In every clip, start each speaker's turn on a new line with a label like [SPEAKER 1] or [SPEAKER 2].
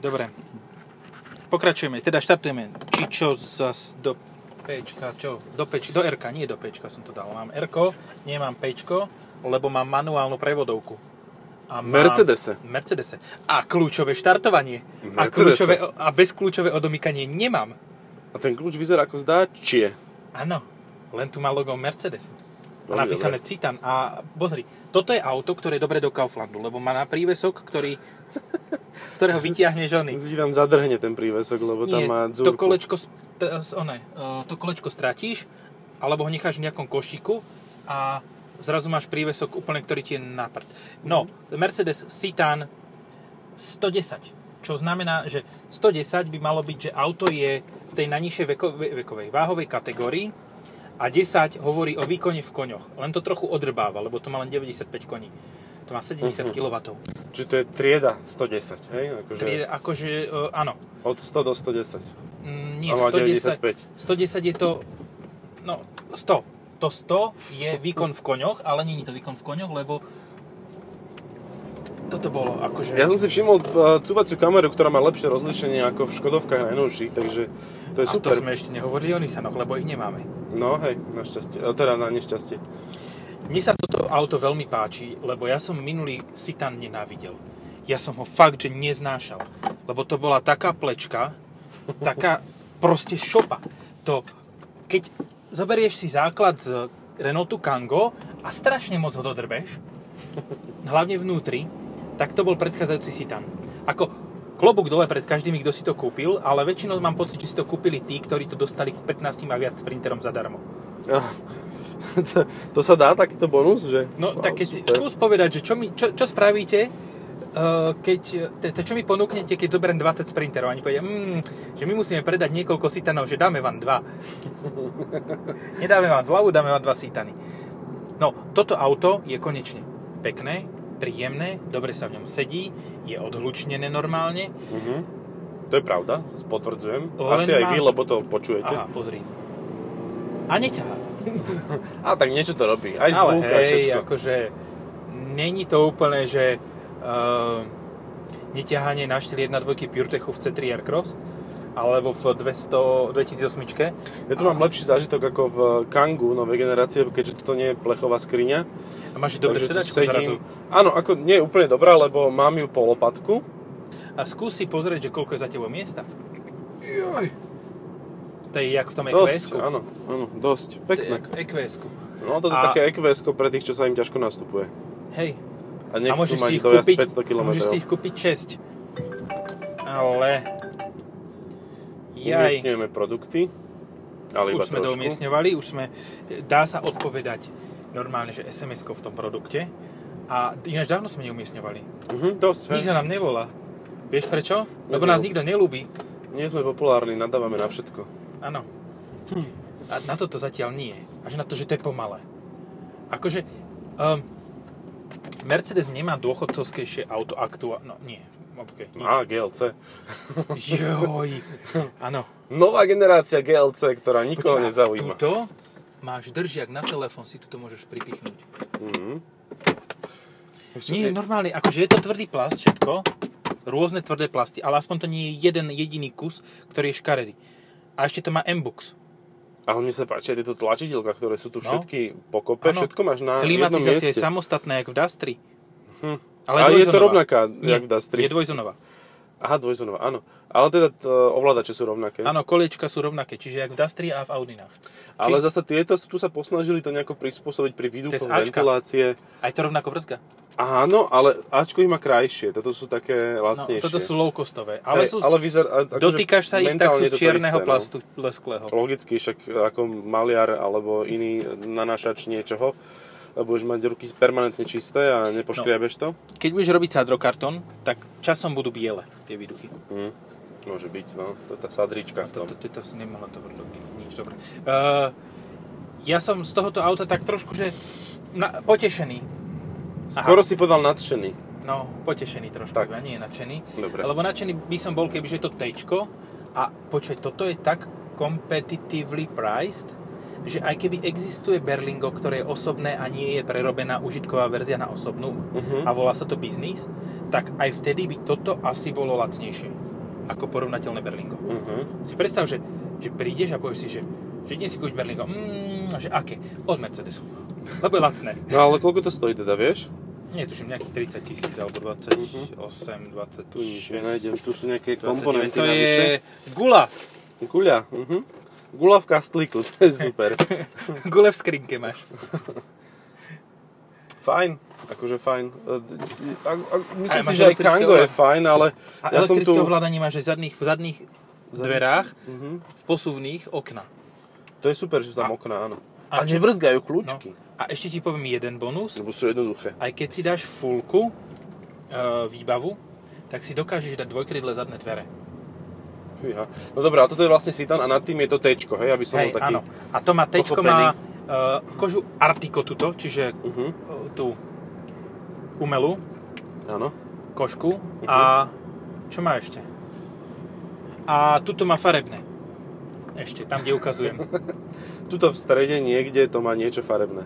[SPEAKER 1] Dobre. Pokračujeme, teda štartujeme. Či čo zas do Pčka, čo? Do Pčka, do Rka, nie do Pčka som to dal. Mám Rko, nemám Pčko, lebo mám manuálnu prevodovku. A mám
[SPEAKER 2] Mercedese.
[SPEAKER 1] Mercedese. A kľúčové štartovanie. A,
[SPEAKER 2] Mercedese.
[SPEAKER 1] kľúčové, a bezkľúčové odomykanie nemám.
[SPEAKER 2] A ten kľúč vyzerá ako zdáčie.
[SPEAKER 1] Áno, len tu má logo Mercedes.
[SPEAKER 2] Veľmi
[SPEAKER 1] Napísané Citan. A pozri, toto je auto, ktoré je dobre do Kauflandu, lebo má na prívesok, ktorý, z ktorého vytiahneš ony.
[SPEAKER 2] Si tam zadrhne ten prívesok, lebo tam
[SPEAKER 1] Nie,
[SPEAKER 2] má
[SPEAKER 1] to
[SPEAKER 2] dzúrku.
[SPEAKER 1] kolečko, st- s- one, e, to kolečko stratíš, alebo ho necháš v nejakom košíku a zrazu máš prívesok úplne, ktorý ti je na prd. No,
[SPEAKER 2] Mhm.
[SPEAKER 1] Mercedes Citan 110, čo znamená, že 110 by malo byť, že auto je v tej najnižšej veko- ve- vekovej váhovej kategórii a 10 hovorí o výkone v koňoch. Len to trochu odrbáva, lebo to má len 95 koní. To má
[SPEAKER 2] Mhm.
[SPEAKER 1] 70 kW.
[SPEAKER 2] Čiže to je trieda 110, hej? Akože
[SPEAKER 1] Akože, e, áno,
[SPEAKER 2] Od 100 do 110.
[SPEAKER 1] Mm, nie,
[SPEAKER 2] A má
[SPEAKER 1] 110,
[SPEAKER 2] 95.
[SPEAKER 1] 110 je to, no 100. To 100 je výkon v koňoch, ale nie je to výkon v koňoch, lebo toto bolo akože...
[SPEAKER 2] Ja som si všimol uh, cúvaciu kameru, ktorá má lepšie rozlíšenie ako v Škodovkách najnovších, takže to je
[SPEAKER 1] A
[SPEAKER 2] super.
[SPEAKER 1] to sme ešte nehovorili o Nissanoch, lebo ich nemáme.
[SPEAKER 2] No hej, našťastie. A Teda na nešťastie.
[SPEAKER 1] Mne sa toto auto veľmi páči, lebo ja som minulý Citan nenávidel. Ja som ho fakt, že neznášal. Lebo to bola taká plečka, taká proste šopa. To, keď zoberieš si základ z Renaultu Kango a strašne moc ho dodrbeš, hlavne vnútri, tak to bol predchádzajúci Citan. Ako klobúk dole pred každým, kto si to kúpil, ale väčšinou mám pocit, že si to kúpili tí, ktorí to dostali k 15 a viac sprinterom zadarmo.
[SPEAKER 2] A, to, to sa dá takýto bonus, že?
[SPEAKER 1] No
[SPEAKER 2] Wow,
[SPEAKER 1] tak keď si,
[SPEAKER 2] super.
[SPEAKER 1] skús povedať, že čo, mi, čo, čo spravíte, eh, keď, te, te, čo mi ponúknete, keď zoberiem 20 sprinterov. Ani povedia, mm, že my musíme predať niekoľko sitanov, že dáme vám dva. Nedáme vám zľavu, dáme vám dva sitany. No, toto auto je konečne pekné, príjemné, dobre sa v ňom sedí, je odhlučnené normálne.
[SPEAKER 2] Mhm. To je pravda, potvrdzujem.
[SPEAKER 1] Len
[SPEAKER 2] Asi aj
[SPEAKER 1] mám-
[SPEAKER 2] vy, lebo to počujete.
[SPEAKER 1] Aha, pozri. A neťahá.
[SPEAKER 2] A tak niečo to robí. Aj
[SPEAKER 1] Ale
[SPEAKER 2] zvuk, aj
[SPEAKER 1] hej,
[SPEAKER 2] všetko.
[SPEAKER 1] akože není to úplne, že uh, neťahanie na 4.1.2 PureTechu v C3 Aircross alebo v 200, 2008
[SPEAKER 2] Ja tu mám lepší zážitok ako v Kangu novej generácie, keďže toto nie je plechová skriňa.
[SPEAKER 1] a máš dobre
[SPEAKER 2] Takže tu
[SPEAKER 1] sedačku
[SPEAKER 2] sedím-
[SPEAKER 1] zrazu.
[SPEAKER 2] Áno, ako nie je úplne dobrá, lebo mám ju po lopatku.
[SPEAKER 1] A skús si pozrieť, že koľko je za tebou miesta. To je jak v tom E
[SPEAKER 2] Dosť,
[SPEAKER 1] EQS-ku.
[SPEAKER 2] áno, áno, dosť. Pekné.
[SPEAKER 1] E EQS-ku.
[SPEAKER 2] No toto je
[SPEAKER 1] A-
[SPEAKER 2] také eqs pre tých, čo sa im ťažko nastupuje.
[SPEAKER 1] Hej.
[SPEAKER 2] A
[SPEAKER 1] A
[SPEAKER 2] nechcú
[SPEAKER 1] môžeš
[SPEAKER 2] mať
[SPEAKER 1] si ich
[SPEAKER 2] dojazd
[SPEAKER 1] kúpiť,
[SPEAKER 2] 500 km.
[SPEAKER 1] môžeš si ich kúpiť 6. Ale... Jaj.
[SPEAKER 2] Umiestňujeme produkty, ale iba
[SPEAKER 1] už sme
[SPEAKER 2] trošku.
[SPEAKER 1] doumiestňovali, už sme, dá sa odpovedať normálne, že SMS-ko v tom produkte. A ináč dávno sme neumiestňovali.
[SPEAKER 2] Mhm, dosť, hej.
[SPEAKER 1] Nikto nám nevolá. Vieš prečo?
[SPEAKER 2] Nezvolá.
[SPEAKER 1] Lebo nás nikto nelúbi.
[SPEAKER 2] Nie sme populárni, nadávame na všetko.
[SPEAKER 1] Áno.
[SPEAKER 2] Hm.
[SPEAKER 1] A na toto zatiaľ nie. Až na to, že to je pomalé. Akože, um, Mercedes nemá dôchodcovskejšie auto aktuálne. No, nie. Okay, nič.
[SPEAKER 2] A, GLC.
[SPEAKER 1] Joj. Áno.
[SPEAKER 2] Nová generácia GLC, ktorá nikoho
[SPEAKER 1] Počkaj, a
[SPEAKER 2] nezaujíma.
[SPEAKER 1] Tuto máš držiak na telefón, si tuto môžeš pripichnúť.
[SPEAKER 2] Mhm. Ešte
[SPEAKER 1] Nie,
[SPEAKER 2] tie-
[SPEAKER 1] normálne, akože je to tvrdý plast všetko, rôzne tvrdé plasty, ale aspoň to nie je jeden jediný kus, ktorý je škaredý. A ešte to má M-Box.
[SPEAKER 2] Ale mne sa páčia tieto tlačidilka, ktoré sú tu
[SPEAKER 1] No.
[SPEAKER 2] všetky pokope,
[SPEAKER 1] Áno.
[SPEAKER 2] všetko máš na jednom
[SPEAKER 1] Klimatizácia
[SPEAKER 2] mieste.
[SPEAKER 1] je samostatná, jak v Dastri.
[SPEAKER 2] Hm.
[SPEAKER 1] Ale
[SPEAKER 2] A je to
[SPEAKER 1] dvojzónová.
[SPEAKER 2] rovnaká,
[SPEAKER 1] Nie,
[SPEAKER 2] jak v Dastri.
[SPEAKER 1] Je dvojzónová.
[SPEAKER 2] Aha, dvojzónová, áno. Ale teda t- ovládače sú rovnaké.
[SPEAKER 1] Áno, koliečka sú rovnaké, čiže jak v Dastri a v Audinách.
[SPEAKER 2] Ale zase tieto, sú- tu sa posnažili to nejako prispôsobiť pri výduchu
[SPEAKER 1] To je z Ačka.
[SPEAKER 2] ventilácie.
[SPEAKER 1] Aj to rovnako vrzga.
[SPEAKER 2] Áno, ale Ačko ich má krajšie. Toto sú také
[SPEAKER 1] No,
[SPEAKER 2] lacnejšie.
[SPEAKER 1] toto sú low-costové. Ale, sú,
[SPEAKER 2] Hej, ale vyzer, a- akože
[SPEAKER 1] dotýkaš sa ich, tak
[SPEAKER 2] mentálne
[SPEAKER 1] sú
[SPEAKER 2] je to
[SPEAKER 1] z
[SPEAKER 2] to
[SPEAKER 1] čierneho
[SPEAKER 2] isté, no.
[SPEAKER 1] plastu lesklého.
[SPEAKER 2] Logicky, však ako maliar alebo iný nanášač niečoho, budeš mať ruky permanentne čisté a nepoškriabeš
[SPEAKER 1] No.
[SPEAKER 2] to.
[SPEAKER 1] Keď budeš robiť sadrokartón, tak časom budú biele tie výduchy.
[SPEAKER 2] Hm. Môže byť, no. To je tá sadrička v tom.
[SPEAKER 1] Toto, toto si nemala to vrlo, nič dobre. Uh, ja som z tohoto auta tak trošku, že na, potešený.
[SPEAKER 2] Skoro si podal nadšený.
[SPEAKER 1] No, potešený trošku,
[SPEAKER 2] Tak.
[SPEAKER 1] iba nie nadšený.
[SPEAKER 2] Dobre.
[SPEAKER 1] Lebo nadšený by som bol, kebyže to tečko. A počuj, toto je tak competitively priced, že aj keby existuje Berlingo, ktoré je osobné a nie je prerobená užitková verzia na osobnú
[SPEAKER 2] Mhm.
[SPEAKER 1] a volá sa to biznis, tak aj vtedy by toto asi bolo lacnejšie ako porovnateľné Berlingo.
[SPEAKER 2] Mhm.
[SPEAKER 1] Si predstav, že, že prídeš a povieš si, že, že idem si kúpiť Berlingo. Mm, a že aké? Od Mercedesu. Lebo je lacné.
[SPEAKER 2] No ale koľko to stojí teda, vieš?
[SPEAKER 1] Netuším, nejakých 30 tisíc alebo 28, 26.
[SPEAKER 2] Mhm. Tu nič nenájdem, tu sú nejaké
[SPEAKER 1] 29.
[SPEAKER 2] komponenty
[SPEAKER 1] To
[SPEAKER 2] navyše.
[SPEAKER 1] je gula.
[SPEAKER 2] Guľa, mhm. Guľa v kastlíku, to je super.
[SPEAKER 1] Gule v skrinke máš.
[SPEAKER 2] fajn, akože fajn. E, d- d- a- a- Myslím
[SPEAKER 1] Aj
[SPEAKER 2] si,
[SPEAKER 1] máš
[SPEAKER 2] že aj
[SPEAKER 1] elektrické
[SPEAKER 2] Kango je
[SPEAKER 1] ovládanie.
[SPEAKER 2] fajn, ale
[SPEAKER 1] A
[SPEAKER 2] ja som
[SPEAKER 1] elektrické
[SPEAKER 2] tu...
[SPEAKER 1] ovládanie máš aj v zadných, v zadných dverách,
[SPEAKER 2] Mhm.
[SPEAKER 1] v posuvných okna.
[SPEAKER 2] To je super, že sú tam okná, áno.
[SPEAKER 1] a
[SPEAKER 2] A,
[SPEAKER 1] čo-
[SPEAKER 2] nevrzgajú
[SPEAKER 1] No.
[SPEAKER 2] kľúčky,
[SPEAKER 1] A ešte ti poviem jeden bonus.
[SPEAKER 2] lebo sú jednoduché.
[SPEAKER 1] Aj keď si dáš fullku, e, výbavu, tak si dokážeš dať dvojkrydle zadné dvere.
[SPEAKER 2] Fíha. No dobré, a toto je vlastne Citan a nad tým je to Tčko, hej, aby som
[SPEAKER 1] Hej,
[SPEAKER 2] bol taký...
[SPEAKER 1] áno. A to má tečko,
[SPEAKER 2] pochopený.
[SPEAKER 1] má e, kožu Artico tuto, čiže
[SPEAKER 2] Mhm,
[SPEAKER 1] e, tú umelú
[SPEAKER 2] áno.
[SPEAKER 1] kožku
[SPEAKER 2] Mhm.
[SPEAKER 1] a čo má ešte? A tuto má farebné. Ešte, tam, kde ukazujem.
[SPEAKER 2] Tuto v strede niekde to má niečo farebné.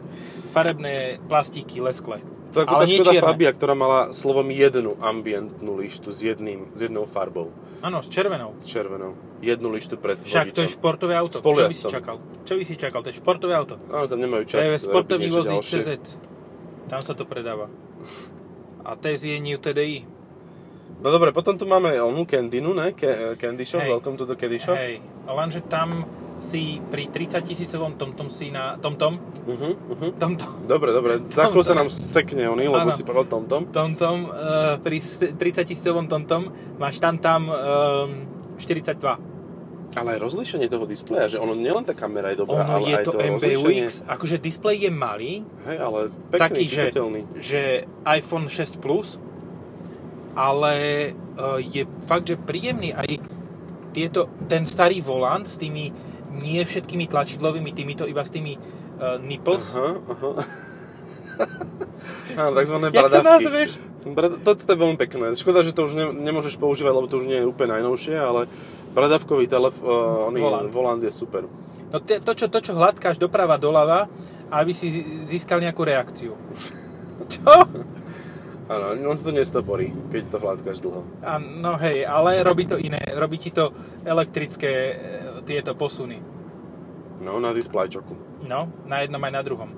[SPEAKER 1] Farebné plastíky, leskle.
[SPEAKER 2] To je ako
[SPEAKER 1] Ale
[SPEAKER 2] tá
[SPEAKER 1] nie
[SPEAKER 2] Škoda
[SPEAKER 1] čierne.
[SPEAKER 2] Fabia, ktorá mala slovom jednu ambientnú lištu s, jedným, s jednou farbou,
[SPEAKER 1] Áno, s červenou.
[SPEAKER 2] s červenou. Jednu lištu pred
[SPEAKER 1] Však to je
[SPEAKER 2] vodičom.
[SPEAKER 1] športové auto. Čo by si
[SPEAKER 2] Spolujazdcom.
[SPEAKER 1] čakal? Čo by si čakal? To je športové auto.
[SPEAKER 2] Áno, tam nemajú
[SPEAKER 1] To
[SPEAKER 2] čas
[SPEAKER 1] je
[SPEAKER 2] robiť
[SPEAKER 1] sportovný
[SPEAKER 2] niečo
[SPEAKER 1] vozík
[SPEAKER 2] ďalšie.
[SPEAKER 1] CZ. Tam sa to predáva. A TES je New TDI.
[SPEAKER 2] No dobre, potom tu máme onu Candinu, ne? Ke, eh, Candy Shop,
[SPEAKER 1] Hej.
[SPEAKER 2] Welcome to the Candy Shop.
[SPEAKER 1] Hej, lenže tam si pri 30 tisícovom tomtom si na... Tomtom?
[SPEAKER 2] Uh-huh, uh-huh.
[SPEAKER 1] Tomtom?
[SPEAKER 2] Dobre, dobre,
[SPEAKER 1] Tomtom.
[SPEAKER 2] za chvíľu sa nám sekne oný, lebo
[SPEAKER 1] Áno.
[SPEAKER 2] si povedal tomtom.
[SPEAKER 1] Tomtom, uh, pri s- 30 tisícovom tomtom máš tam tam um, 42.
[SPEAKER 2] Ale aj rozlíšenie toho displeja, že ono nielen tá kamera je dobrá,
[SPEAKER 1] Ono
[SPEAKER 2] ale
[SPEAKER 1] je
[SPEAKER 2] aj
[SPEAKER 1] to
[SPEAKER 2] rozlíšenie.
[SPEAKER 1] MBUX, akože displej je malý,
[SPEAKER 2] Hej, ale
[SPEAKER 1] Taký,
[SPEAKER 2] pekný, taký,
[SPEAKER 1] že-
[SPEAKER 2] čitateľný.
[SPEAKER 1] že iPhone 6 Plus, ale e, je fakt, že príjemný aj tieto, ten starý volant s tými nie všetkými tlačidlovými týmito, iba s tými uh, nipples.
[SPEAKER 2] Aha, aha. Áno, takzvané
[SPEAKER 1] Jak to
[SPEAKER 2] bradavky.
[SPEAKER 1] nazveš?
[SPEAKER 2] Brad, to, to je veľmi pekné. Škoda, že to už ne, nemôžeš používať, lebo to už nie je úplne najnovšie, ale bradavkový telef, uh, oný,
[SPEAKER 1] Volant.
[SPEAKER 2] volant. volant je super.
[SPEAKER 1] No te, to, čo, to, čo hladkáš doprava, doľava, aby si zi- získal nejakú reakciu. Čo?
[SPEAKER 2] Áno, len sa to nestoporí, keď to hladkáš dlho.
[SPEAKER 1] A, no hej, ale robí to iné, robí ti to elektrické e, tieto posuny.
[SPEAKER 2] No, na displajčoku.
[SPEAKER 1] No, na jednom aj na druhom.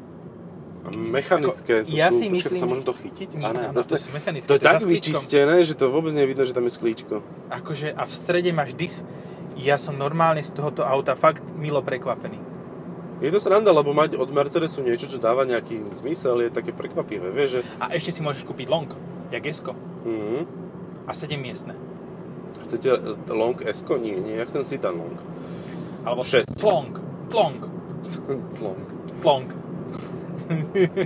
[SPEAKER 2] A Mechanické,
[SPEAKER 1] Ako,
[SPEAKER 2] to
[SPEAKER 1] ja
[SPEAKER 2] sú,
[SPEAKER 1] si
[SPEAKER 2] počkaj,
[SPEAKER 1] myslím-
[SPEAKER 2] sa môžem to chytiť?
[SPEAKER 1] Nie,
[SPEAKER 2] Á, ne,
[SPEAKER 1] áno, to
[SPEAKER 2] je-
[SPEAKER 1] sú mechanické,
[SPEAKER 2] To
[SPEAKER 1] to
[SPEAKER 2] je
[SPEAKER 1] je
[SPEAKER 2] tak
[SPEAKER 1] za sklíčkom.
[SPEAKER 2] vyčistené, že to vôbec nevidno, že tam je sklíčko.
[SPEAKER 1] Akože a v strede máš dis... Ja som normálne z tohoto auta fakt milo prekvapený.
[SPEAKER 2] Je to sranda, lebo mať od Mercedesu niečo, čo dáva nejaký zmysel, je také prekvapivé, vieš, že...
[SPEAKER 1] A ešte si môžeš kúpiť long, jak Esko.
[SPEAKER 2] Mhm.
[SPEAKER 1] A 7 miestne.
[SPEAKER 2] Chcete e, long s Nie, nie, ja chcem Citan long.
[SPEAKER 1] Alebo
[SPEAKER 2] Šesť.
[SPEAKER 1] Tlong, tlong,
[SPEAKER 2] long.
[SPEAKER 1] tlong.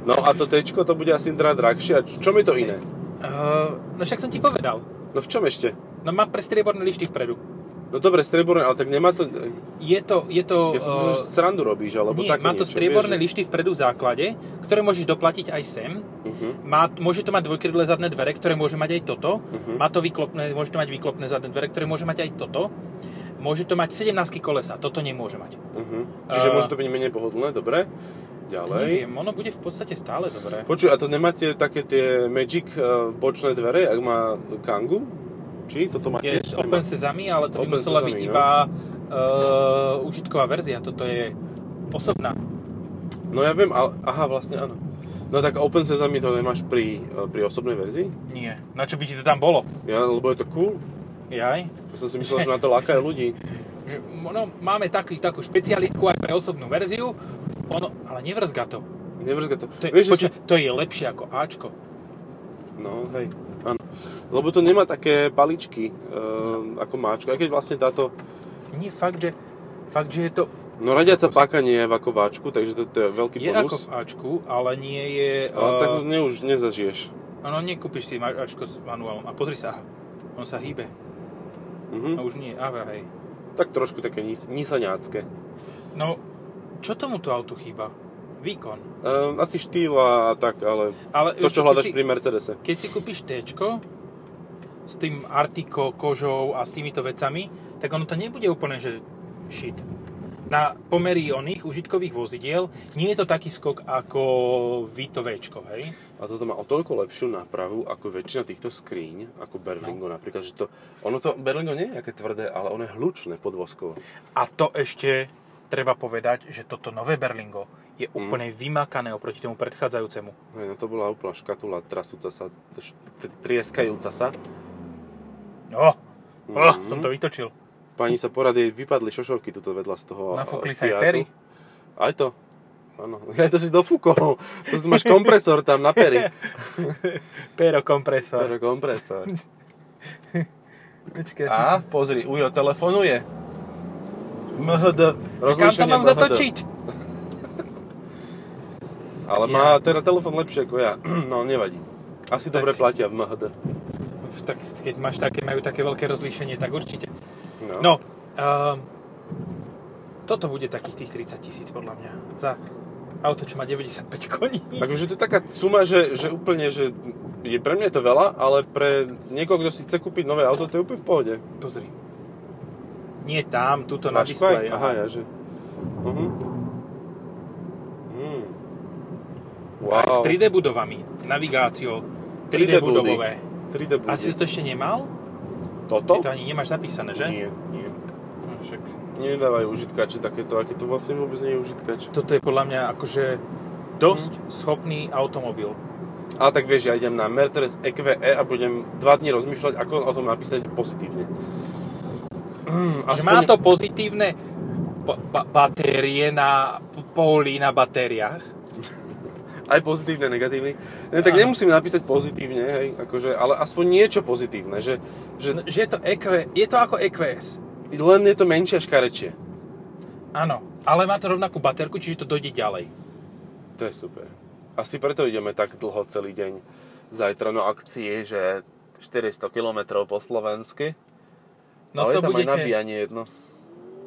[SPEAKER 2] No a to tečko, to bude asi dra drahšie. A č- čom je to iné?
[SPEAKER 1] Uh, no však som ti povedal.
[SPEAKER 2] No v čom ešte?
[SPEAKER 1] No má pre strieborné lišty vpredu.
[SPEAKER 2] No dobre, strieborné, ale tak nemá to...
[SPEAKER 1] Je to, je to...
[SPEAKER 2] Ja som si myslel, že
[SPEAKER 1] eh,
[SPEAKER 2] srandu robíš, alebo
[SPEAKER 1] nie,
[SPEAKER 2] také
[SPEAKER 1] má to
[SPEAKER 2] niečo,
[SPEAKER 1] strieborné
[SPEAKER 2] vieš,
[SPEAKER 1] lišty vpredu v základe, ktoré môžeš doplatiť aj sem.
[SPEAKER 2] Mhm.
[SPEAKER 1] Má, môže to mať dvojkrydlé zadné dvere, ktoré môže mať aj toto.
[SPEAKER 2] Mhm.
[SPEAKER 1] Má to vyklopné, môže to mať výklopné zadné dvere, ktoré môže mať aj toto. Môže to mať 17 kolesa, toto nemôže mať.
[SPEAKER 2] Mhm. Čiže
[SPEAKER 1] A-
[SPEAKER 2] môže to byť menej pohodlné, dobre. Ďalej.
[SPEAKER 1] Neviem, ono bude v podstate stále dobré.
[SPEAKER 2] Počuj, a to nemáte také tie Magic e, bočné dvere, ak má Kangu? Či toto má
[SPEAKER 1] Je s
[SPEAKER 2] tiež?
[SPEAKER 1] Open Sesame, ale to by
[SPEAKER 2] Open
[SPEAKER 1] musela
[SPEAKER 2] Sesame,
[SPEAKER 1] byť
[SPEAKER 2] no.
[SPEAKER 1] iba uh, užitková verzia, toto je osobná.
[SPEAKER 2] No ja viem, ale... Aha, vlastne áno. No tak Open Sesame to nemáš pri, e, pri osobnej verzii?
[SPEAKER 1] Nie, na čo by ti to tam bolo?
[SPEAKER 2] Ja, lebo je to cool.
[SPEAKER 1] Jaj?
[SPEAKER 2] Ja som si myslel, že na to lákajú ľudí.
[SPEAKER 1] Že, no, máme taký, takú špecialitku aj pre osobnú verziu, ono, ale nevrzga to.
[SPEAKER 2] Nevrzga to.
[SPEAKER 1] To je,
[SPEAKER 2] Vieš, že
[SPEAKER 1] počuť,
[SPEAKER 2] si...
[SPEAKER 1] to je lepšie ako Ačko.
[SPEAKER 2] No, hej. Áno. Lebo to nemá také paličky, ehm, ako máčko. Aj keď vlastne táto...
[SPEAKER 1] Nie, fakt, že, fakt, že je to
[SPEAKER 2] No radiaca páka nie je ako váčku, takže to, to je
[SPEAKER 1] je ako
[SPEAKER 2] veľký
[SPEAKER 1] v
[SPEAKER 2] bonus.
[SPEAKER 1] Ačku, ale nie je...
[SPEAKER 2] Ale
[SPEAKER 1] eh,
[SPEAKER 2] No, tak ne, už nezažiješ.
[SPEAKER 1] Ono, nekúpiš si ma- Ačko s manuálom. A pozri sa, aha, on sa hýbe.
[SPEAKER 2] Mhm.
[SPEAKER 1] No už nie, aha, hej.
[SPEAKER 2] Tak trošku také nis- nisaňácké.
[SPEAKER 1] No, čo tomuto autu chýba? Výkon.
[SPEAKER 2] Ehm, asi štýl a tak, ale
[SPEAKER 1] Ale
[SPEAKER 2] to,
[SPEAKER 1] vieš
[SPEAKER 2] čo
[SPEAKER 1] keď
[SPEAKER 2] hľadaš
[SPEAKER 1] si,
[SPEAKER 2] pri Mercedese.
[SPEAKER 1] Keď si kúpiš T s tým Artiko, kožou a s týmito vecami, tak ono to nebude úplne, že shit. na pomery oných užitkových vozidiel nie je to taký skok ako Vito Včko, hej?
[SPEAKER 2] A toto má o toľko lepšiu nápravu ako väčšina týchto skríň, ako Berlingo napríklad. Že to, ono to, Berlingo nie je aké tvrdé, ale ono je hlučné podvozkovo.
[SPEAKER 1] A to ešte treba povedať, že toto nové Berlingo je
[SPEAKER 2] Mhm.
[SPEAKER 1] úplne vymakané oproti tomu predchádzajúcemu.
[SPEAKER 2] Hej, no to bola úplná škatula, trasúca sa, tš- t- trieskajúca sa.
[SPEAKER 1] No, oh,
[SPEAKER 2] Mhm.
[SPEAKER 1] som to vytočil.
[SPEAKER 2] Pani sa poradí, vypadli šošovky tuto vedľa z toho
[SPEAKER 1] Nafúkli
[SPEAKER 2] eh,
[SPEAKER 1] sa aj
[SPEAKER 2] Fiatu.
[SPEAKER 1] pery.
[SPEAKER 2] Aj to. Áno, ja to si dofúkol. To si máš kompresor tam na pery.
[SPEAKER 1] Pero kompresor.
[SPEAKER 2] Pero kompresor.
[SPEAKER 1] Počkaj, ja
[SPEAKER 2] A pozri, Ujo telefonuje. MHD.
[SPEAKER 1] som- Kam to
[SPEAKER 2] rozlíšenie
[SPEAKER 1] mám
[SPEAKER 2] MHD.
[SPEAKER 1] zatočiť?
[SPEAKER 2] Ale má teda telefon lepšie ako ja. No, nevadí. Asi
[SPEAKER 1] Tak.
[SPEAKER 2] dobre platia v MHD.
[SPEAKER 1] V- Tak, keď máš také, majú také veľké rozlíšenie, tak určite.
[SPEAKER 2] No.
[SPEAKER 1] No, ehm, toto bude takých tých 30 tisíc podľa mňa. Za auto, čo má 95 koní.
[SPEAKER 2] Akože to je taká suma, že, že úplne, že je pre mňa je to veľa, ale pre niekoho, kto si chce kúpiť nové auto, to je úplne v pohode.
[SPEAKER 1] Pozri. Nie tam, tuto na
[SPEAKER 2] Máš kvaj?
[SPEAKER 1] displeji.
[SPEAKER 2] Aha, ja, že... Mhm. Mm. Wow.
[SPEAKER 1] Aj s 3D budovami, navigáciou, 3D,
[SPEAKER 2] 3D budy.
[SPEAKER 1] budovové.
[SPEAKER 2] 3D bude.
[SPEAKER 1] A si to ešte nemal?
[SPEAKER 2] toto?
[SPEAKER 1] Ty to ani nemáš zapísané, že?
[SPEAKER 2] Nie, nie.
[SPEAKER 1] No, však.
[SPEAKER 2] Nedávajú užitkače takéto, aké to vlastne vôbec nie je užitkač.
[SPEAKER 1] Toto je podľa mňa akože dosť schopný automobil.
[SPEAKER 2] Ale tak vieš, ja idem na Mercedes EQE a budem dva dní rozmýšľať, ako o tom napísať pozitívne.
[SPEAKER 1] Že má to pozitívne ba- ba- batérie na p- póly na batériách.
[SPEAKER 2] Aj pozitívne, negatívne. Ne, tak
[SPEAKER 1] Áno.
[SPEAKER 2] nemusím napísať pozitívne, hej, akože, ale aspoň niečo pozitívne, že, že
[SPEAKER 1] Že je to EQ, je to ako EQS.
[SPEAKER 2] len je to menšie a škarečie.
[SPEAKER 1] Áno, ale má to rovnakú baterku, čiže to dojde ďalej.
[SPEAKER 2] To je super. Asi preto ideme tak dlho celý deň zajtra na akcii, že 400 km po slovensky.
[SPEAKER 1] No
[SPEAKER 2] ale
[SPEAKER 1] to
[SPEAKER 2] je tam aj
[SPEAKER 1] budete...
[SPEAKER 2] nabíjanie jedno.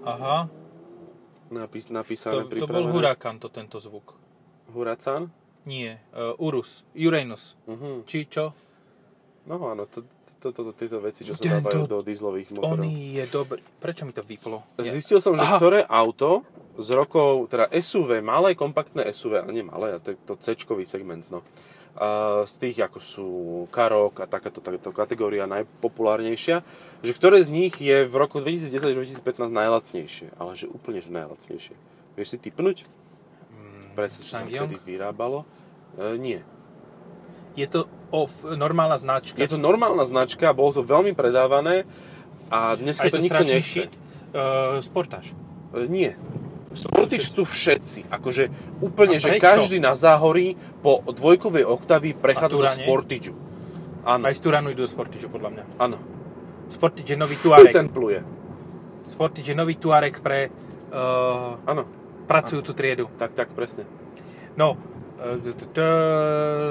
[SPEAKER 1] Aha,
[SPEAKER 2] Napís,
[SPEAKER 1] to, to
[SPEAKER 2] napísané,
[SPEAKER 1] bol
[SPEAKER 2] pripravené.
[SPEAKER 1] Huracan to tento zvuk.
[SPEAKER 2] Huracán?
[SPEAKER 1] Nie, uh, Urus, Uranus.
[SPEAKER 2] Mhm.
[SPEAKER 1] Či čo?
[SPEAKER 2] No áno, to, to, to, to, tieto veci, čo sa
[SPEAKER 1] Tento-
[SPEAKER 2] dávajú do dieselových motorov.
[SPEAKER 1] Oný je dobrý. Prečo mi to vyplo? Je.
[SPEAKER 2] Zistil som, že
[SPEAKER 1] Aha.
[SPEAKER 2] ktoré auto z rokov, teda SUV, malé, kompaktné SUV, ale nie malé, to je to c segment, no. A z tých, ako sú Karok a takáto, takáto kategória najpopulárnejšia, že ktoré z nich je v roku 2010 až 2015 najlacnejšie, ale že úplne že najlacnejšie. Vieš si typnúť? Presne, čo sa
[SPEAKER 1] Sangyong?
[SPEAKER 2] vtedy vyrábalo. E, nie.
[SPEAKER 1] Je to off, normálna značka.
[SPEAKER 2] Je to normálna značka, bolo to veľmi predávané a
[SPEAKER 1] A je
[SPEAKER 2] dneska to,
[SPEAKER 1] to
[SPEAKER 2] nikto
[SPEAKER 1] strašný
[SPEAKER 2] nechce.
[SPEAKER 1] shit. Uh, sportáž.
[SPEAKER 2] E, Nie. Sporty chcú všetci. Akože úplne,
[SPEAKER 1] A
[SPEAKER 2] že
[SPEAKER 1] prečo?
[SPEAKER 2] každý na záhorí po dvojkovej oktavy prechádza do
[SPEAKER 1] Turane?
[SPEAKER 2] Sportiču. Áno.
[SPEAKER 1] Aj z Turanu idú do Sportage, podľa mňa.
[SPEAKER 2] Áno.
[SPEAKER 1] Sportage je nový
[SPEAKER 2] Fú,
[SPEAKER 1] Tuareg.
[SPEAKER 2] ten pluje.
[SPEAKER 1] Sportage je nový Tuareg pre uh,
[SPEAKER 2] Áno.
[SPEAKER 1] pracujúcu triedu.
[SPEAKER 2] Tak, tak, presne.
[SPEAKER 1] No, eh, t- t-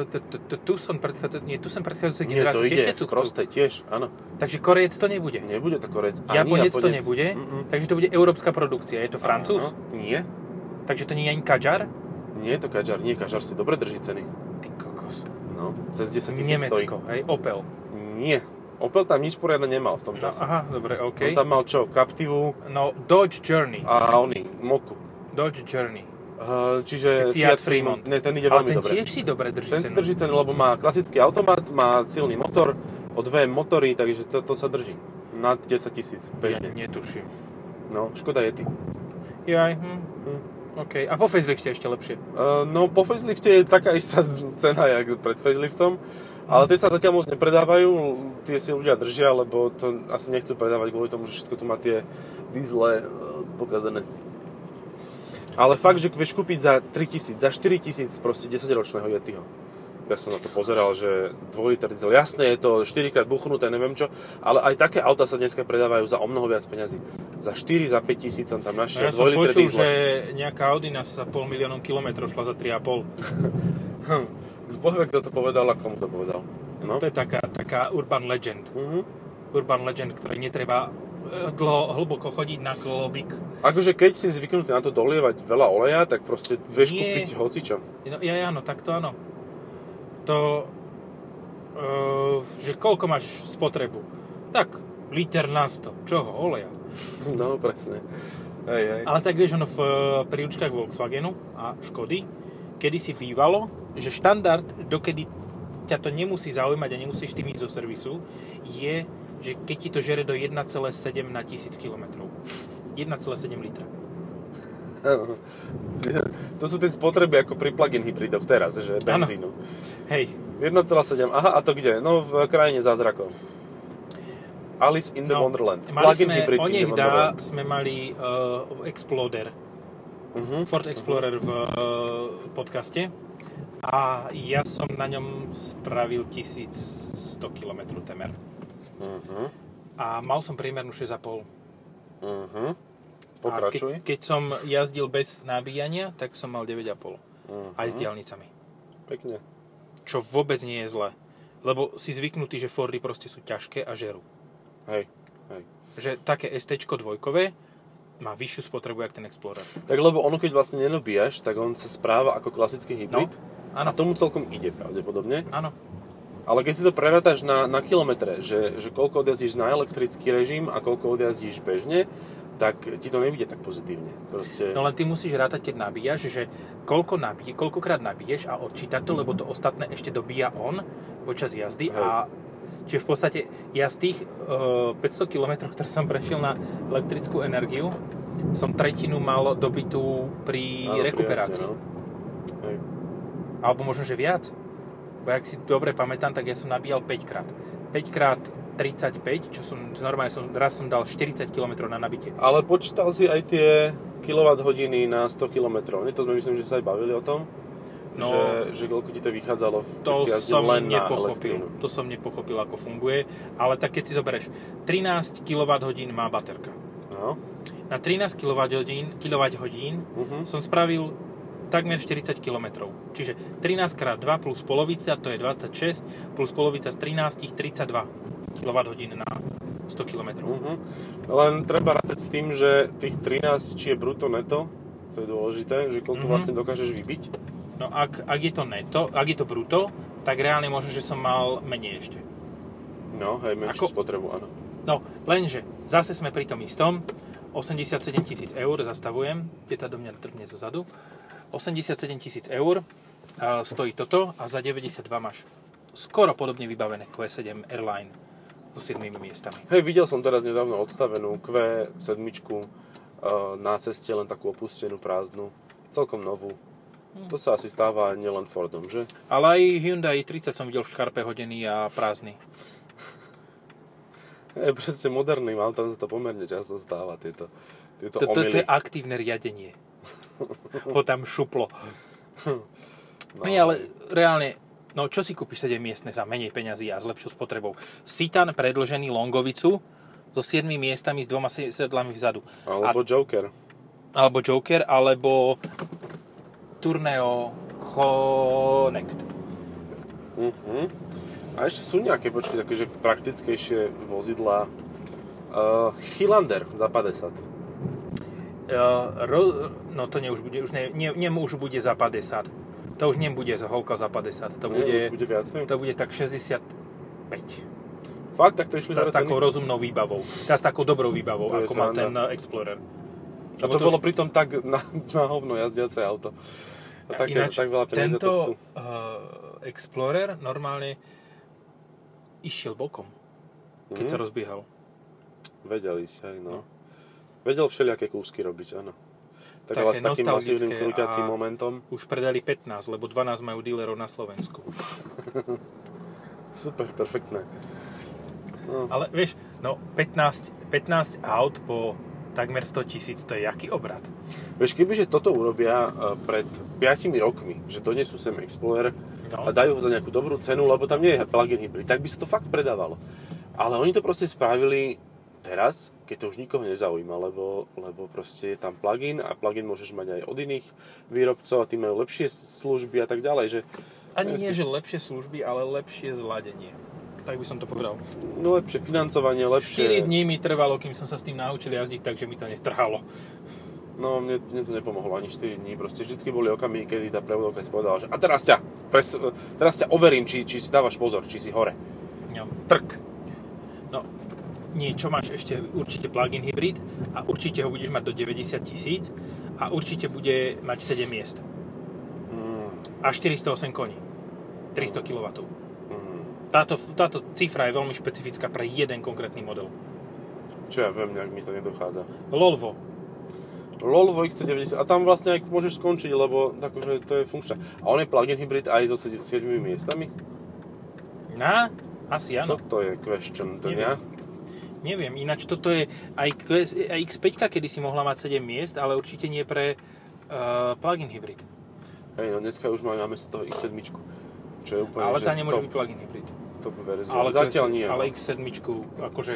[SPEAKER 1] t- t- t- tu som predchádzajúce, nie, tu som predchádzajúce
[SPEAKER 2] Nie, to
[SPEAKER 1] generácie,
[SPEAKER 2] ide
[SPEAKER 1] tiež tu chcú.
[SPEAKER 2] sproste tiež, áno.
[SPEAKER 1] Takže Korejec to nebude.
[SPEAKER 2] Nebude to korec. Ani
[SPEAKER 1] Japonec to
[SPEAKER 2] Japonec.
[SPEAKER 1] nebude,
[SPEAKER 2] Mm-mm.
[SPEAKER 1] takže to bude európska produkcia. Je to Francúz,
[SPEAKER 2] Áno. Nie.
[SPEAKER 1] takže to nie je ani Kaďar.
[SPEAKER 2] Nie je to Kačar. Nie, Kačar si dobre drží ceny.
[SPEAKER 1] Ty kokos.
[SPEAKER 2] No, cez 10 tisíc stojí.
[SPEAKER 1] Nemecko, hej, Opel.
[SPEAKER 2] Nie. Opel tam nič poriadne nemal v tom
[SPEAKER 1] No,
[SPEAKER 2] čase.
[SPEAKER 1] aha, dobre, OK.
[SPEAKER 2] On tam mal čo? Captivu
[SPEAKER 1] No, Dodge Journey.
[SPEAKER 2] a oni, Moku.
[SPEAKER 1] Dodge Journey.
[SPEAKER 2] Uh,
[SPEAKER 1] Čiže
[SPEAKER 2] čiže
[SPEAKER 1] Fiat Fremont.
[SPEAKER 2] Ne, ten ide
[SPEAKER 1] Ale ten
[SPEAKER 2] veľmi dobre.
[SPEAKER 1] tiež si dobre drží
[SPEAKER 2] Ten si
[SPEAKER 1] cenu.
[SPEAKER 2] drží cenu, lebo má klasický automat, má silný motor, o dve motory, takže to, to sa drží. Nad 10 tisíc
[SPEAKER 1] Ja
[SPEAKER 2] bežne.
[SPEAKER 1] netuším.
[SPEAKER 2] No, škoda je ty.
[SPEAKER 1] Jaj, hm.
[SPEAKER 2] Hm.
[SPEAKER 1] OK. A po facelifte ešte lepšie.
[SPEAKER 2] Uh, no, po facelifte je taká istá cena, jak pred faceliftom, ale tie sa zatiaľ moc nepredávajú, tie si ľudia držia, lebo to asi nechcú predávať kvôli tomu, že všetko tu má tie diesle uh, pokazené. Ale fakt, že vieš kúpiť za 3000, za 4000 proste 10 ročného Yetiho. Ja som na to pozeral, že 2 liter diesel, jasné, je to 4 krát buchnuté, neviem čo, ale aj také auta sa dneska predávajú za o mnoho viac peňazí. Za 4, za 5 tisíc som tam
[SPEAKER 1] No, ja
[SPEAKER 2] našiel
[SPEAKER 1] som
[SPEAKER 2] 2 liter
[SPEAKER 1] počul, že
[SPEAKER 2] diesel.
[SPEAKER 1] nejaká Audi nás za pol miliónom kilometrov šla za 3,5.
[SPEAKER 2] Hm. Bohvie, kto to povedal a komu to povedal. No.
[SPEAKER 1] To je taká, taká urban legend.
[SPEAKER 2] Mhm.
[SPEAKER 1] Urban legend, ktorý netreba eh, dlho, hlboko chodiť na klobík.
[SPEAKER 2] Akože keď si zvyknutý na to dolievať veľa oleja, tak proste
[SPEAKER 1] Nie.
[SPEAKER 2] vieš kúpiť hocičo.
[SPEAKER 1] No, ja, áno, tak to áno. To, eh, že koľko máš spotrebu? Tak, liter na 100. Čoho? Oleja.
[SPEAKER 2] No, presne. Hej, hej.
[SPEAKER 1] Ale tak vieš, ono v e, príručkách Volkswagenu a Škody kedy si bývalo, že štandard, dokedy ťa to nemusí zaujímať a nemusíš tým ísť do servisu, je, že keď ti to žere do 1,7 na 1000 km. 1,7 litra.
[SPEAKER 2] To sú tie spotreby ako pri plug-in hybridoch teraz,
[SPEAKER 1] Áno.
[SPEAKER 2] že benzínu.
[SPEAKER 1] Hej,
[SPEAKER 2] 1,7. Aha, a to kde? No v krajine zázrakov. Alice in the
[SPEAKER 1] No,
[SPEAKER 2] Wonderland.
[SPEAKER 1] mali sme,
[SPEAKER 2] hybrid
[SPEAKER 1] o
[SPEAKER 2] in the
[SPEAKER 1] nech dá,
[SPEAKER 2] Wonderland.
[SPEAKER 1] sme mali uh, Exploder,
[SPEAKER 2] Mhm.
[SPEAKER 1] Ford Explorer v uh, podcaste a ja som na ňom spravil 1100 km temer.
[SPEAKER 2] Mhm.
[SPEAKER 1] A mal som priemernú 6,5.
[SPEAKER 2] Mhm.
[SPEAKER 1] A
[SPEAKER 2] Pokračuj.
[SPEAKER 1] Ke, keď som jazdil bez nabíjania, tak som mal 9,5.
[SPEAKER 2] Mhm.
[SPEAKER 1] Aj s diálnicami.
[SPEAKER 2] Pekne.
[SPEAKER 1] Čo vôbec nie je zlé. Lebo si zvyknutý, že Fordy proste sú ťažké a žerú.
[SPEAKER 2] Hej. Hej.
[SPEAKER 1] Že také STčko dvojkové má vyššiu spotrebu, jak ten Explorer.
[SPEAKER 2] Tak lebo ono, keď vlastne nenobíjaš, tak on sa správa ako klasický hybrid.
[SPEAKER 1] No. Áno,
[SPEAKER 2] A tomu celkom ide pravdepodobne.
[SPEAKER 1] áno.
[SPEAKER 2] Ale keď si to prerátaš na, na kilometre, že, že koľko odjazdíš na elektrický režim a koľko odjazdíš bežne, tak ti to nevidie tak pozitívne. Proste...
[SPEAKER 1] No len ty musíš rátať, keď nabíjaš, že koľko nabí, koľkokrát nabíješ a odčíta to, lebo to ostatné ešte dobíja on počas jazdy.
[SPEAKER 2] Hej.
[SPEAKER 1] A, čiže v podstate ja z tých e, 500 km, ktoré som prešiel na elektrickú energiu, som tretinu mal dobitú pri
[SPEAKER 2] Áno, pri
[SPEAKER 1] rekuperácii.
[SPEAKER 2] jazde, no. Hej.
[SPEAKER 1] Alebo možno, že viac. Bo ak si dobre pamätám, tak ja som nabíjal 5 krát. 5 krát 35, čo som normálne som, raz som dal 40 km na nabitie.
[SPEAKER 2] Ale počítal si aj tie kilowatt hodiny na 100 km. Nie, to sme myslím, že sa aj bavili o tom.
[SPEAKER 1] No.
[SPEAKER 2] že, že koľko ti to vychádzalo v
[SPEAKER 1] To
[SPEAKER 2] keď si jazdil
[SPEAKER 1] som
[SPEAKER 2] len na
[SPEAKER 1] nepochopil.
[SPEAKER 2] elektrínu.
[SPEAKER 1] To som nepochopil, ako funguje. Ale tak keď si zoberieš, 13 kWh má baterka.
[SPEAKER 2] No.
[SPEAKER 1] Na 13 kWh, kWh
[SPEAKER 2] Mhm.
[SPEAKER 1] som spravil takmer 40 km. Čiže 13 x 2 plus polovica, to je 26, plus polovica z 13, 32 kWh na 100 km.
[SPEAKER 2] Mhm. Len treba rátať s tým, že tých 13, či je bruto neto, to je dôležité, že koľko
[SPEAKER 1] Mhm.
[SPEAKER 2] vlastne dokážeš vybiť.
[SPEAKER 1] No ak, ak je to neto, ak je to bruto, tak reálne možno, že som mal menej ešte.
[SPEAKER 2] No, hej, menšiu
[SPEAKER 1] Ako-
[SPEAKER 2] spotrebu, áno.
[SPEAKER 1] No, lenže, zase sme pri tom istom. 87 tisíc eur, zastavujem, teta do mňa trpne zo zadu. 87 tisíc eur a stojí toto a za 92 máš skoro podobne vybavené Q7 Airline so 7 miestami.
[SPEAKER 2] Hej, videl som teraz nedávno odstavenú Q7 e, na ceste, len takú opustenú, prázdnu, celkom novú.
[SPEAKER 1] Mhm.
[SPEAKER 2] To sa asi stáva nielen Fordom, že?
[SPEAKER 1] Ale aj Hyundai 30 som videl v škarpe hodený a prázdny.
[SPEAKER 2] Hej, proste moderným autom sa to pomerne často stáva, tieto, tieto
[SPEAKER 1] To, to, to je
[SPEAKER 2] omily.
[SPEAKER 1] aktívne riadenie. Ho tam šuplo.
[SPEAKER 2] No.
[SPEAKER 1] No. Nie, ale reálne, no čo si kúpiš 7 miestne za menej peňazí a s lepšou spotrebou? Citan predlžený Longovicu so 7 miestami s dvoma se- sedlami vzadu.
[SPEAKER 2] Alebo Joker.
[SPEAKER 1] Alebo Joker, alebo Tourneo Connect.
[SPEAKER 2] Mhm. A ešte sú nejaké, počkaj, takéže praktickejšie vozidlá. Uh, Chylander za 50.
[SPEAKER 1] Uh, ro, no to ne už bude, už ne, ne, ne už bude za 50. To už nebude za holka za 50. To
[SPEAKER 2] Nie,
[SPEAKER 1] bude,
[SPEAKER 2] už bude viac.
[SPEAKER 1] to bude tak 65.
[SPEAKER 2] Fakt, tak to išli
[SPEAKER 1] Teraz s
[SPEAKER 2] teraz
[SPEAKER 1] takou
[SPEAKER 2] ceny?
[SPEAKER 1] rozumnou výbavou. Teraz s takou dobrou výbavou,
[SPEAKER 2] To je
[SPEAKER 1] ako mal
[SPEAKER 2] sranda.
[SPEAKER 1] ten eh, Explorer.
[SPEAKER 2] A
[SPEAKER 1] Lebo
[SPEAKER 2] to, bolo
[SPEAKER 1] už-
[SPEAKER 2] pritom tak na, na hovno jazdiace auto. A tak,
[SPEAKER 1] Ináč,
[SPEAKER 2] tak veľa peniaze
[SPEAKER 1] tento
[SPEAKER 2] to chcú.
[SPEAKER 1] eh, Explorer normálne išiel bokom, keď
[SPEAKER 2] Mhm.
[SPEAKER 1] sa rozbiehal.
[SPEAKER 2] Vedeli si, aj no. Vedel všelijaké kúsky robiť, áno. Tak
[SPEAKER 1] Také
[SPEAKER 2] ale s takým masívnym
[SPEAKER 1] nostalgické
[SPEAKER 2] krúťacím
[SPEAKER 1] a-
[SPEAKER 2] momentom.
[SPEAKER 1] Už predali 15, lebo 12 majú dílerov na Slovensku.
[SPEAKER 2] Super, perfektné. No,
[SPEAKER 1] Ale vieš, no 15, 15 aut po takmer 100 tisíc, to je jaký obrad?
[SPEAKER 2] vieš, kebyže toto urobia e, pred 5 rokmi, že donesú sem Explorer
[SPEAKER 1] No.
[SPEAKER 2] a dajú ho za nejakú dobrú cenu, lebo tam nie je plug-in hybrid, tak by sa to fakt predávalo. Ale oni to proste spravili teraz, keď to už nikoho nezaujíma, lebo, lebo proste je tam plugin a plugin môžeš mať aj od iných výrobcov a tí majú lepšie služby a tak ďalej, že
[SPEAKER 1] Ani nie,
[SPEAKER 2] Ja si-
[SPEAKER 1] že lepšie služby, ale lepšie zladenie. Tak by som to povedal.
[SPEAKER 2] no, lepšie financovanie,
[SPEAKER 1] 4
[SPEAKER 2] lepšie...
[SPEAKER 1] dní mi trvalo, kým som sa s tým naučil jazdiť, takže mi to netrhalo.
[SPEAKER 2] No, mne, mne to nepomohlo ani 4 dní, proste vždycky boli okamihy, kedy tá prevodovka si povedala, že a teraz ťa, pres, teraz ťa overím, či, či si dávaš pozor, či si hore.
[SPEAKER 1] No, trk. No, nie, čo máš ešte určite plug-in hybrid a určite ho budeš mať do 90 tisíc a určite bude mať 7 miest
[SPEAKER 2] Mm,
[SPEAKER 1] a 408 koní, 300 kW.
[SPEAKER 2] mm.
[SPEAKER 1] Táto, táto cifra je veľmi špecifická pre jeden konkrétny model.
[SPEAKER 2] Čo ja viem, nejak mi to nedochádza.
[SPEAKER 1] Volvo.
[SPEAKER 2] Lolvo XC90 a tam vlastne aj môžeš skončiť, lebo akože to je funkčná. A on je plug-in hybrid aj so 7 miestami?
[SPEAKER 1] Na? Asi áno.
[SPEAKER 2] Toto je question dňa.
[SPEAKER 1] Neviem, ináč toto je aj, QS, aj X5, kedy si mohla mať 7 miest, ale určite nie pre uh, plug-in hybrid.
[SPEAKER 2] Hej, no dneska už máme namiesto toho X7, čo je úplne
[SPEAKER 1] ale
[SPEAKER 2] že
[SPEAKER 1] tá nemôže
[SPEAKER 2] top,
[SPEAKER 1] byť plug-in hybrid.
[SPEAKER 2] top verzia.
[SPEAKER 1] Ale
[SPEAKER 2] Zatiaľ
[SPEAKER 1] QS
[SPEAKER 2] nie. no.
[SPEAKER 1] Ale
[SPEAKER 2] Ale...
[SPEAKER 1] X7, akože...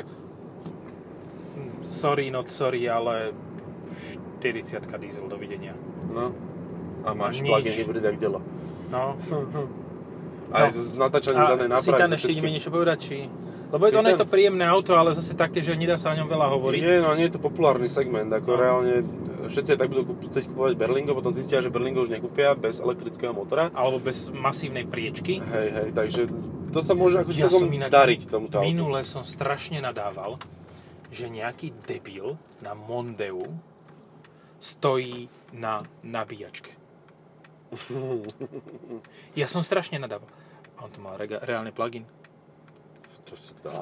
[SPEAKER 1] mm, Sorry, not sorry, ale 40 diesel, dovidenia.
[SPEAKER 2] No. A máš
[SPEAKER 1] Nič.
[SPEAKER 2] plug-in hybrid jak delo.
[SPEAKER 1] No,
[SPEAKER 2] Hm,
[SPEAKER 1] No.
[SPEAKER 2] Aj s natáčaním zadnej
[SPEAKER 1] a
[SPEAKER 2] nápravy.
[SPEAKER 1] Citan
[SPEAKER 2] so
[SPEAKER 1] ešte
[SPEAKER 2] všetkým.
[SPEAKER 1] ideme niečo povedať, či... Lebo je- ono
[SPEAKER 2] Citan?
[SPEAKER 1] je to príjemné auto, ale zase také, že nedá sa o ňom veľa hovoriť.
[SPEAKER 2] Nie, no nie je to populárny segment, ako
[SPEAKER 1] No.
[SPEAKER 2] reálne e, všetci aj tak budú kúp- chcieť kupovať Berlingo, potom zistia, že Berlingo už nekúpia bez elektrického motora.
[SPEAKER 1] Alebo bez masívnej priečky.
[SPEAKER 2] Hej, hej, takže to sa môže akože
[SPEAKER 1] Ja som
[SPEAKER 2] celkom
[SPEAKER 1] ináč
[SPEAKER 2] dariť tomuto autu.
[SPEAKER 1] Minule som strašne nadával, že nejaký debil na Mondeu stojí na nabíjačke. Ja som strašne nadával. A on to mal rega- reálne plugin.
[SPEAKER 2] To sa dá.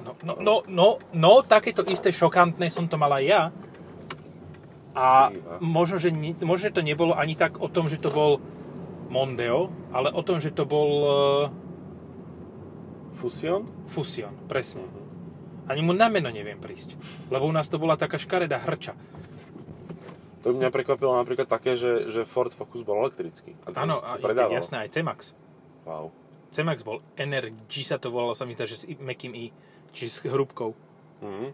[SPEAKER 1] No, no, no, no, no, takéto isté šokantné som to mal aj ja. A
[SPEAKER 2] Fíha.
[SPEAKER 1] možno, že, ni- možno, že to nebolo ani tak o tom, že to bol Mondeo, ale o tom, že to bol eh, e,
[SPEAKER 2] Fusion?
[SPEAKER 1] Fusion, presne. Ani mu na meno neviem prísť. Lebo u nás to bola taká škaredá hrča.
[SPEAKER 2] To mňa prekvapilo napríklad také, že, že Ford Focus bol elektrický. A to
[SPEAKER 1] Áno,
[SPEAKER 2] sa
[SPEAKER 1] a
[SPEAKER 2] to predávalo.
[SPEAKER 1] jasné, aj C-Max.
[SPEAKER 2] Wow.
[SPEAKER 1] C-Max bol Energy, sa to volalo, sa mi zdá, že s i- mekým I, čiže s hrubkou.
[SPEAKER 2] Mhm.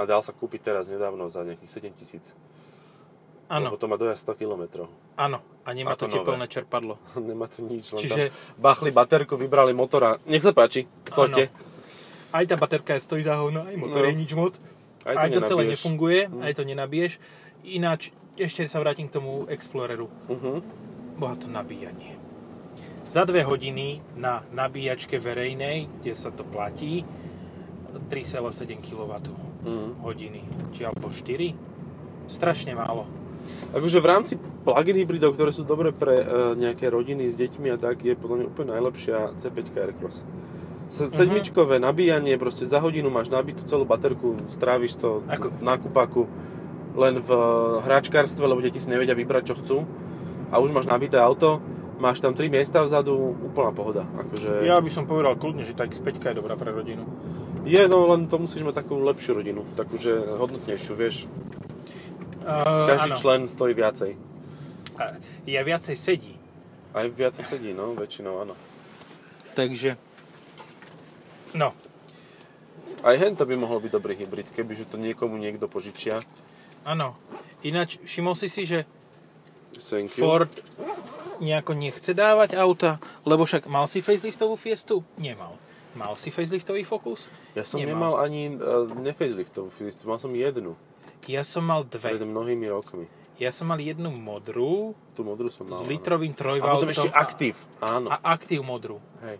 [SPEAKER 2] A dal sa kúpiť teraz nedávno za nejakých 7 tisíc.
[SPEAKER 1] Áno,
[SPEAKER 2] Lebo to má dojazd 100 km.
[SPEAKER 1] áno. A nemá to
[SPEAKER 2] Ako nové.
[SPEAKER 1] tepelné čerpadlo.
[SPEAKER 2] Nemá to nič, len
[SPEAKER 1] Čiže-
[SPEAKER 2] tam bachli baterku, vybrali motora. Nech sa páči, choďte.
[SPEAKER 1] Aj tá baterka je stojí za hovno, aj motor
[SPEAKER 2] No.
[SPEAKER 1] je nič moc.
[SPEAKER 2] Aj
[SPEAKER 1] Aj to, aj
[SPEAKER 2] to
[SPEAKER 1] to celé
[SPEAKER 2] nenabiješ.
[SPEAKER 1] nefunguje, aj to nenabiješ. Ináč, ešte sa vrátim k tomu Exploreru.
[SPEAKER 2] Mhm.
[SPEAKER 1] Boha to nabíjanie. Za dve hodiny na nabíjačke verejnej, kde sa to platí, 3,7 kWh.
[SPEAKER 2] Mhm.
[SPEAKER 1] hodiny, či alebo 4. Strašne málo.
[SPEAKER 2] Akože v rámci plug-in hybridov, ktoré sú dobre pre e, nejaké rodiny s deťmi a tak, je podľa mňa úplne najlepšia C5 Aircross.
[SPEAKER 1] Mhm.
[SPEAKER 2] Se, Sedmičkové nabíjanie, proste za hodinu máš nabitú celú baterku, stráviš to
[SPEAKER 1] Ako-
[SPEAKER 2] v nákupaku len v e, hračkárstve, lebo deti si nevedia vybrať, čo chcú. A už máš nabité auto, máš tam 3 miesta vzadu, úplná pohoda. Akože
[SPEAKER 1] Ja by som povedal kľudne, že tá X5 je dobrá pre rodinu.
[SPEAKER 2] Je, no len to musíš mať takú lepšiu rodinu, takúže hodnotnejšiu, vieš.
[SPEAKER 1] Uh,
[SPEAKER 2] Každý člen stojí viacej.
[SPEAKER 1] Ja Eh, viacej sedí.
[SPEAKER 2] Aj viacej sedí, no, väčšinou áno.
[SPEAKER 1] Takže... No,
[SPEAKER 2] Aj hen to by mohol byť dobrý hybrid, kebyže to niekomu niekto požičia.
[SPEAKER 1] áno. Ináč, všimol si si, že
[SPEAKER 2] Thank you.
[SPEAKER 1] Ford nejako nechce dávať auta, lebo však mal si faceliftovú fiestu? Nemal. Mal si faceliftový Focus?
[SPEAKER 2] Ja som
[SPEAKER 1] Nemal.
[SPEAKER 2] nemal, ani uh, nefaceliftovú filistu, mal som jednu
[SPEAKER 1] Ja som mal
[SPEAKER 2] pred
[SPEAKER 1] dve.
[SPEAKER 2] mnohými rokmi.
[SPEAKER 1] Ja som mal jednu modrú
[SPEAKER 2] Tú modrú som mal.
[SPEAKER 1] s
[SPEAKER 2] áno.
[SPEAKER 1] litrovým
[SPEAKER 2] No, A potom
[SPEAKER 1] trojvalcom
[SPEAKER 2] ešte
[SPEAKER 1] a,
[SPEAKER 2] aktív. Áno.
[SPEAKER 1] a aktív modrú.
[SPEAKER 2] hej,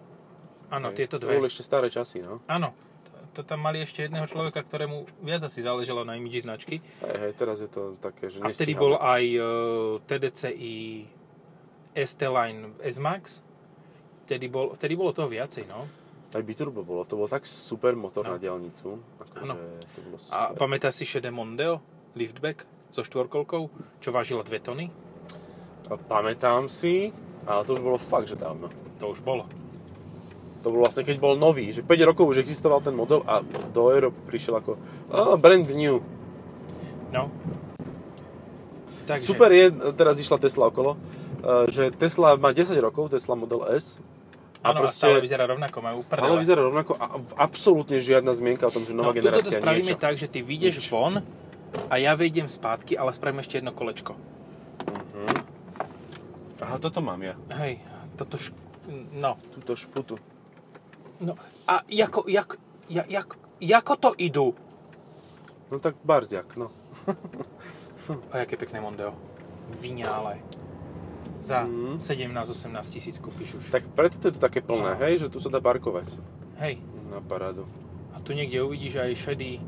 [SPEAKER 1] Áno,
[SPEAKER 2] hej.
[SPEAKER 1] tieto
[SPEAKER 2] To
[SPEAKER 1] dve.
[SPEAKER 2] boli ešte staré časy, no.
[SPEAKER 1] Áno, to, to tam mali ešte jedného človeka, ktorému viac asi záležalo na imidži značky.
[SPEAKER 2] Hej, hej, teraz je to také, že
[SPEAKER 1] A vtedy
[SPEAKER 2] nestíhame.
[SPEAKER 1] bol aj e, TDCi ST-Line S-Max. Vtedy, bol, vtedy bolo toho viacej, no.
[SPEAKER 2] Aj biturbo bolo, to bol tak super motor
[SPEAKER 1] No.
[SPEAKER 2] na diálnicu. Akože
[SPEAKER 1] Áno.
[SPEAKER 2] To bolo
[SPEAKER 1] A
[SPEAKER 2] super.
[SPEAKER 1] pamätáš si šedé Mondeo? Liftback so štvorkolkou, čo vážilo 2 tony?
[SPEAKER 2] A pamätám si, ale to už bolo fakt, že dávno.
[SPEAKER 1] To už bolo.
[SPEAKER 2] To bolo vlastne, keď bol nový, že 5 rokov už existoval ten model a do Európy prišiel ako "Ah, brand new.
[SPEAKER 1] No. Takže,
[SPEAKER 2] Super je, teraz išla Tesla okolo, eh, že Tesla má 10 rokov, Tesla Model S, a
[SPEAKER 1] áno,
[SPEAKER 2] proste-
[SPEAKER 1] a stále vyzerá rovnako, majú
[SPEAKER 2] ale
[SPEAKER 1] uprdele.
[SPEAKER 2] vyzerá rovnako a v- absolútne žiadna zmienka o tom, že
[SPEAKER 1] no,
[SPEAKER 2] nová
[SPEAKER 1] tuto to
[SPEAKER 2] generácia
[SPEAKER 1] spravíme
[SPEAKER 2] niečo.
[SPEAKER 1] tak, že ty vyjdeš
[SPEAKER 2] Nič.
[SPEAKER 1] von a ja vejdem spátky, ale spravím ešte jedno kolečko.
[SPEAKER 2] Aha, toto mám ja.
[SPEAKER 1] Hej, toto š... No.
[SPEAKER 2] Túto šputu.
[SPEAKER 1] no. A jako, jak, ja, jak, jako to idú?
[SPEAKER 2] No tak barziak, no.
[SPEAKER 1] A jaké pekné Mondeo. Vyňále. Za
[SPEAKER 2] Mhm.
[SPEAKER 1] 17-18 tisíc kúpiš už.
[SPEAKER 2] Tak preto to je tu také plné, hej, že tu sa dá parkovať
[SPEAKER 1] Hej,
[SPEAKER 2] na parádu.
[SPEAKER 1] a tu niekde uvidíš aj šedý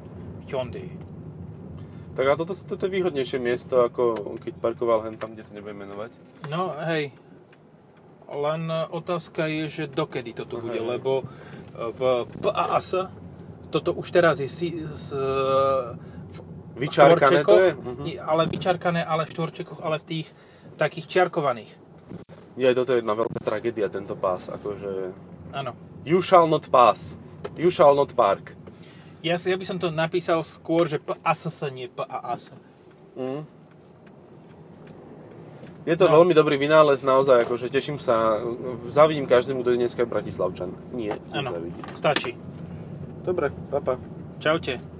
[SPEAKER 1] Hyundai.
[SPEAKER 2] Tak a toto, toto je výhodnejšie miesto, ako keď parkoval hen tam, kde to nebudem menovať.
[SPEAKER 1] No hej, len e, otázka je, že dokedy to tu
[SPEAKER 2] Hej.
[SPEAKER 1] bude, lebo e, v PAS toto už teraz je si, s, v
[SPEAKER 2] Vyčarkané to
[SPEAKER 1] štvorčekoch,
[SPEAKER 2] je? Mhm.
[SPEAKER 1] nie, ale vyčarkané, ale v štvorčekoch, ale v tých takých čiarkovaných.
[SPEAKER 2] Nie, toto je jedna veľká tragédia, tento pás, akože...
[SPEAKER 1] Áno.
[SPEAKER 2] You shall not pass. You shall not park.
[SPEAKER 1] Ja, si- ja by som to napísal skôr, že PASS, nie PAS.
[SPEAKER 2] Mm. Je to
[SPEAKER 1] No.
[SPEAKER 2] veľmi dobrý vynález, naozaj, akože teším sa. Zavidím každému, kto je dneska Bratislavčan. Nie,
[SPEAKER 1] Áno,
[SPEAKER 2] nezavidím.
[SPEAKER 1] stačí.
[SPEAKER 2] Dobre, papa. Pa.
[SPEAKER 1] Čaute.